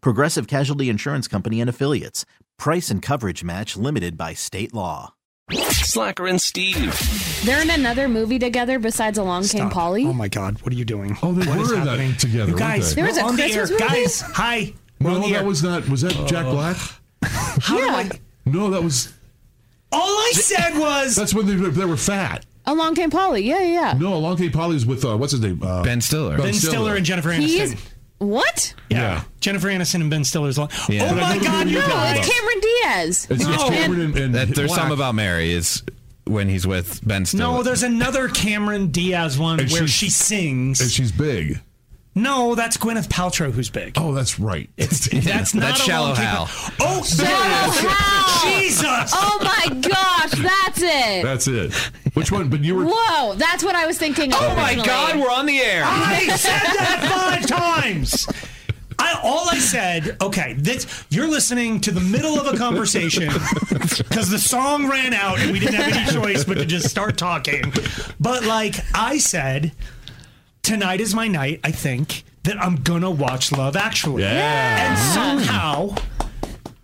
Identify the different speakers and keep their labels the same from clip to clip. Speaker 1: Progressive Casualty Insurance Company and Affiliates. Price and coverage match limited by state law.
Speaker 2: Slacker and Steve.
Speaker 3: They're in another movie together besides Along Came
Speaker 4: Stop.
Speaker 3: Polly.
Speaker 4: Oh my God, what are you doing?
Speaker 5: Oh, they
Speaker 4: What
Speaker 5: were
Speaker 4: is
Speaker 5: in that
Speaker 4: happening?
Speaker 5: together,
Speaker 4: You guys,
Speaker 5: weren't they?
Speaker 3: There was a
Speaker 4: we're on the
Speaker 3: Christmas
Speaker 4: air.
Speaker 3: movie?
Speaker 4: Guys, hi. We're on
Speaker 5: No,
Speaker 4: the air.
Speaker 5: that Uh, was not. Was that Jack Black?
Speaker 4: How do
Speaker 3: Yeah.
Speaker 4: I?
Speaker 5: No, that was.
Speaker 4: All I said was
Speaker 5: That's when they, were- they were fat.
Speaker 3: Along Came Polly. Yeah, yeah. yeah.
Speaker 5: No, Along Came Polly is with uh, what's his name? Uh,
Speaker 6: Ben Stiller.
Speaker 5: Ben
Speaker 4: Ben Stiller and Jennifer
Speaker 3: He's
Speaker 4: Aniston.
Speaker 3: what?
Speaker 4: Yeah. Jennifer Aniston and Ben Stiller's. Long.
Speaker 6: Yeah.
Speaker 4: Oh my God, you
Speaker 3: No,
Speaker 4: guys.
Speaker 3: it's Cameron Diaz.
Speaker 5: It's, it's
Speaker 4: No.
Speaker 5: Cameron and, and
Speaker 6: That there's
Speaker 5: Black.
Speaker 6: some about Mary is when he's with Ben Stiller.
Speaker 4: No, there's another Cameron Diaz one
Speaker 5: And
Speaker 4: where
Speaker 5: she's-
Speaker 4: she
Speaker 5: And
Speaker 4: sings.
Speaker 5: she's big.
Speaker 4: no, that's Gwyneth Paltrow who's big.
Speaker 5: Oh, that's right.
Speaker 4: It's, that's not
Speaker 6: That's
Speaker 4: a
Speaker 6: Shallow
Speaker 4: long
Speaker 6: Hal.
Speaker 4: Cameron- Oh,
Speaker 3: Shallow Hal.
Speaker 4: Jesus.
Speaker 3: Oh my gosh, that's it.
Speaker 5: That's it. Which one? But you were.
Speaker 3: Whoa, that's what I was thinking.
Speaker 6: oh my
Speaker 3: originally.
Speaker 6: God, we're on the air.
Speaker 4: I said that five times. I, all I said, okay, this, you're listening to the middle of a conversation because the song ran out and we didn't have any choice but to just start talking. But like I said, tonight is my night, I think, that I'm gonna watch Love Actually.
Speaker 5: Yeah.
Speaker 4: And somehow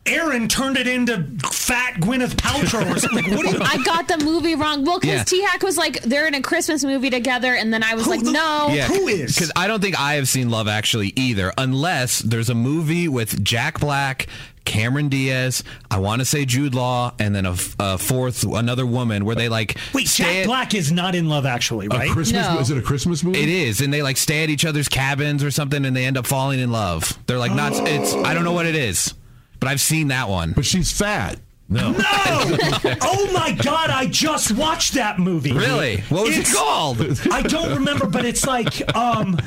Speaker 4: Aaron turned it into fat Gwyneth Paltrow or something. Like, what do you
Speaker 3: I got the movie wrong. Well, because
Speaker 6: Yeah.
Speaker 3: T Hack was like, they're in a Christmas movie together, and then I was
Speaker 4: Who
Speaker 3: like,
Speaker 4: the-
Speaker 3: no.
Speaker 6: Yeah,
Speaker 4: Who is?
Speaker 6: Because I don't think I have seen Love Actually either, unless there's a movie with Jack Black, Cameron Diaz, I want to say Jude Law, and then a, f- a fourth, another woman, where they like
Speaker 4: Wait,
Speaker 6: stay
Speaker 4: Jack
Speaker 6: at-
Speaker 4: Black is not in Love Actually,
Speaker 5: A
Speaker 4: right?
Speaker 5: Christmas?
Speaker 3: No.
Speaker 5: Is it a Christmas movie?
Speaker 6: It is, and they like stay at each other's cabins or something, and they end up falling in love. They're like not. It's I don't know what it is, but I've seen that one.
Speaker 5: But she's fat.
Speaker 6: No,
Speaker 4: No! oh my god, I just watched that movie.
Speaker 6: really, what was
Speaker 4: It's-
Speaker 6: it called?
Speaker 4: I don't remember, but it's like um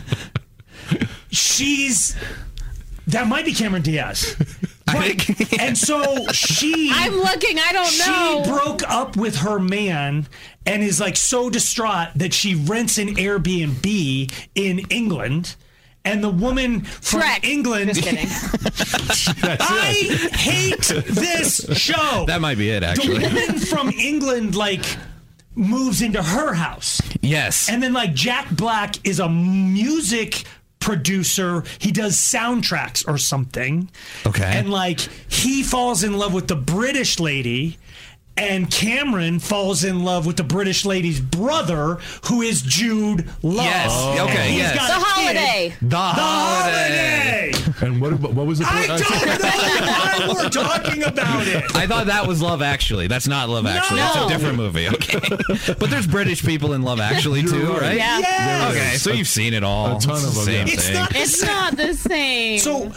Speaker 4: she's that might be Cameron Diaz. Right.
Speaker 6: think-
Speaker 4: and so she
Speaker 3: I'm looking, I don't know.
Speaker 4: she broke up with her man and is like so distraught that she rents an Airbnb in England. And the woman from
Speaker 3: Shrek.
Speaker 4: England.
Speaker 3: Just kidding.
Speaker 4: I hate this show.
Speaker 6: That might be it,
Speaker 4: the
Speaker 6: actually.
Speaker 4: woman from England like moves into her house.
Speaker 6: yes.
Speaker 4: And then like Jack Black is a music producer. He does soundtracks or something.
Speaker 6: Okay.
Speaker 4: And like he falls in love with the British lady and Cameron falls in love with the British lady's brother who is Jude Law.
Speaker 6: Yes. Oh. Okay,
Speaker 4: And he's
Speaker 6: yes.
Speaker 4: got
Speaker 3: The
Speaker 4: a kid.
Speaker 3: holiday.
Speaker 6: the
Speaker 4: The
Speaker 6: holiday.
Speaker 4: holiday.
Speaker 5: And what? about- What was it?
Speaker 4: I don't know why we're talking about it.
Speaker 6: I thought that was Love Actually. That's not Love Actually.
Speaker 3: No.
Speaker 6: That's a different movie. Okay. but there's British people in Love Actually too,
Speaker 5: right.
Speaker 6: right?
Speaker 3: Yeah.
Speaker 4: Yes.
Speaker 6: Okay, so you've seen it all.
Speaker 5: A ton
Speaker 6: It's
Speaker 5: of
Speaker 6: the
Speaker 5: them,
Speaker 6: Same
Speaker 5: yeah.
Speaker 4: It's
Speaker 6: thing.
Speaker 4: not the
Speaker 3: It's
Speaker 4: same.
Speaker 3: not the same.
Speaker 4: So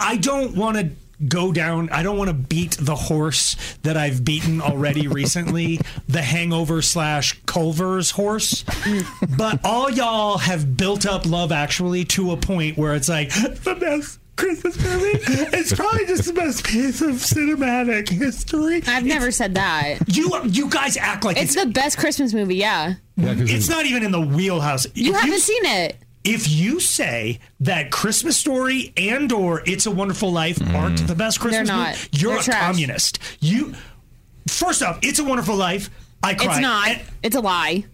Speaker 4: I don't want to go down. I don't want to beat the horse that I've beaten already recently, the Hangover slash Culver's horse. but all y'all have built up Love Actually to a point where it's like the best. Christmas movie. It's probably just the best piece of cinematic history.
Speaker 3: I've never said that.
Speaker 4: You you guys act like
Speaker 3: It's
Speaker 4: it's
Speaker 3: the best Christmas movie, yeah.
Speaker 4: it's, not even in the wheelhouse.
Speaker 3: You
Speaker 4: If
Speaker 3: haven't seen it.
Speaker 4: if you say that Christmas Story and or It's a Wonderful Life aren't the best Christmas
Speaker 3: They're not.
Speaker 4: movie, you're
Speaker 3: They're
Speaker 4: a
Speaker 3: trash.
Speaker 4: communist. You first off, It's a Wonderful Life. I
Speaker 3: It's
Speaker 4: cried.
Speaker 3: not.
Speaker 4: And-
Speaker 3: It's a lie.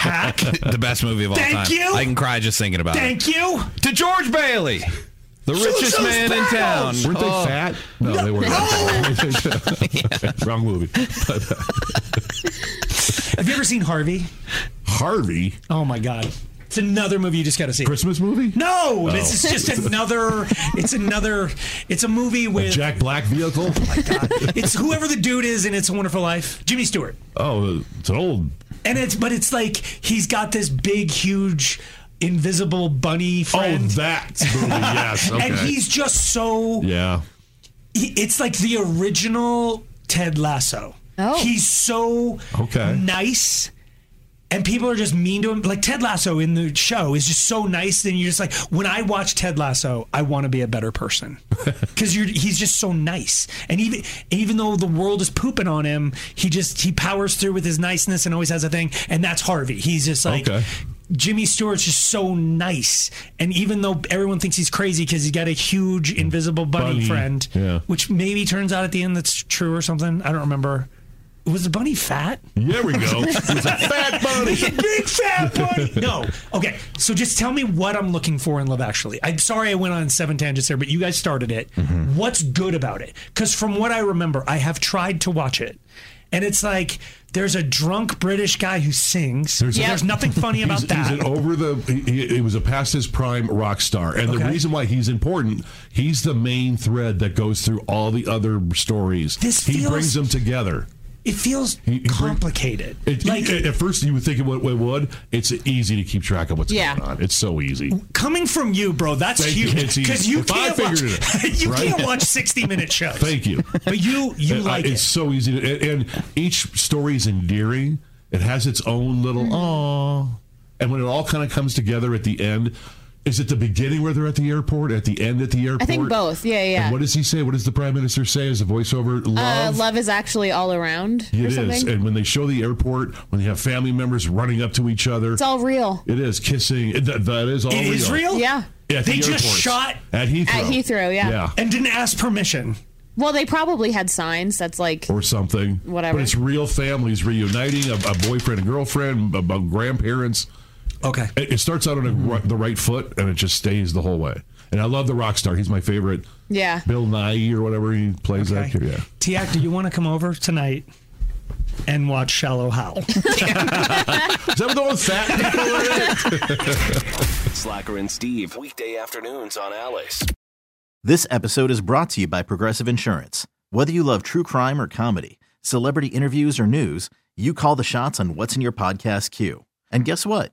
Speaker 4: hack.
Speaker 6: the best movie of all
Speaker 4: Thank
Speaker 6: time.
Speaker 4: you.
Speaker 6: I can cry just thinking about it.
Speaker 4: Thank you.
Speaker 6: To George Bailey, the richest
Speaker 4: those
Speaker 6: man in town.
Speaker 4: battles!
Speaker 5: Weren't they
Speaker 6: Oh,
Speaker 5: fat? No, they weren't. Wrong movie.
Speaker 4: Have you ever seen Harvey?
Speaker 5: Harvey.
Speaker 4: Oh my God. It's another movie you just got to see. Oh.
Speaker 5: Christmas movie?
Speaker 4: No, this is just another. It's another. It's a movie with.
Speaker 5: Jack Black vehicle?
Speaker 4: Oh It's whoever the dude is in It's a Wonderful Life. Jimmy Stewart.
Speaker 5: oh, it's an old.
Speaker 4: And it's but it's like he's got this big, huge, invisible bunny friend.
Speaker 5: Oh, that movie. Yes. Okay.
Speaker 4: And he's just so.
Speaker 5: yeah.
Speaker 4: he- It's like the original Ted Lasso.
Speaker 3: Oh.
Speaker 4: He's so
Speaker 5: Okay.
Speaker 4: nice. And people are just mean to him. Like Ted Lasso in the show is just so nice. And you're just like, when I watch Ted Lasso, I want to be a better person because you're he's just so nice. And even even though the world is pooping on him, he just he powers through with his niceness and always has a thing. And that's Harvey. He's just like
Speaker 5: Okay.
Speaker 4: Jimmy Stewart's just so nice. And even though everyone thinks he's crazy because he's got a huge invisible bunny,
Speaker 5: Bunny,
Speaker 4: friend,
Speaker 5: yeah.
Speaker 4: which maybe turns out at the end that's true or something. I don't remember. Was the bunny fat?
Speaker 5: There we go. It's a fat bunny.
Speaker 4: Big fat bunny. No. Okay. So just tell me what I'm looking for in Love Actually. I'm sorry I went on seven tangents there, but you guys started it.
Speaker 5: Mm-hmm.
Speaker 4: What's good about it? Because from what I remember, I have tried to watch it, and it's like there's a drunk British guy who sings. There's,
Speaker 3: Yep.
Speaker 4: nothing funny about
Speaker 5: he's,
Speaker 4: that.
Speaker 5: He's an over the. He, he was a past his prime rock star, and the
Speaker 4: Okay.
Speaker 5: reason why he's important, he's the main thread that goes through all the other stories.
Speaker 4: This
Speaker 5: he
Speaker 4: feels-
Speaker 5: brings them together.
Speaker 4: it feels
Speaker 5: He- he bring-
Speaker 4: complicated.
Speaker 5: It,
Speaker 4: like
Speaker 5: at at first, you would think it would. it would. It's easy to keep track of what's
Speaker 3: Yeah.
Speaker 5: going on. It's so easy.
Speaker 4: coming from you, bro, that's
Speaker 5: Thank you.
Speaker 4: huge.
Speaker 5: It's easy.
Speaker 4: Because you,
Speaker 5: If I
Speaker 4: can't watch
Speaker 5: figured it out,
Speaker 4: you
Speaker 5: right?
Speaker 4: can't watch sixty minute shows.
Speaker 5: Thank you.
Speaker 4: But you you
Speaker 5: And I-
Speaker 4: like
Speaker 5: it's
Speaker 4: it.
Speaker 5: so easy, to, and, and each story is endearing. It has its own little
Speaker 3: Mm-hmm.
Speaker 5: oh, and when it all kind of comes together at the end, is it the beginning where they're at the airport, at the end at the airport?
Speaker 3: I think both. Yeah, yeah.
Speaker 5: And what does he say? What does the prime minister say as a voiceover?
Speaker 3: uh,
Speaker 5: Love.
Speaker 3: love is actually all around.
Speaker 5: It
Speaker 3: or
Speaker 5: is.
Speaker 3: something.
Speaker 5: And when they show the airport, when they have family members running up to each other,
Speaker 3: it's all real.
Speaker 5: it is kissing. That, that is all
Speaker 4: in
Speaker 5: real.
Speaker 4: Israel?
Speaker 3: Yeah.
Speaker 5: At the
Speaker 4: They just
Speaker 5: airports.
Speaker 4: shot-
Speaker 5: at Heathrow.
Speaker 3: At Heathrow, yeah.
Speaker 5: Yeah.
Speaker 4: And didn't ask permission.
Speaker 3: Well, they probably had signs. That's like
Speaker 5: or something.
Speaker 3: Whatever.
Speaker 5: But it's real families reuniting, a, a boyfriend and girlfriend, about grandparents.
Speaker 4: Okay.
Speaker 5: It, it starts out on a, ri- the right foot and it just stays the whole way. And I love the rock star. He's my favorite.
Speaker 3: Yeah.
Speaker 5: Bill Nye or whatever he plays that
Speaker 4: Okay.
Speaker 5: kid. Yeah.
Speaker 4: Tiak, do you want to come over tonight and watch Shallow Hal?
Speaker 5: Is that what the one with fat people are in?
Speaker 2: Slacker and Steve, weekday afternoons on Alice.
Speaker 1: This episode is brought to you by Progressive Insurance. Whether you love true crime or comedy, celebrity interviews or news, you call the shots on what's in your podcast queue. And guess what?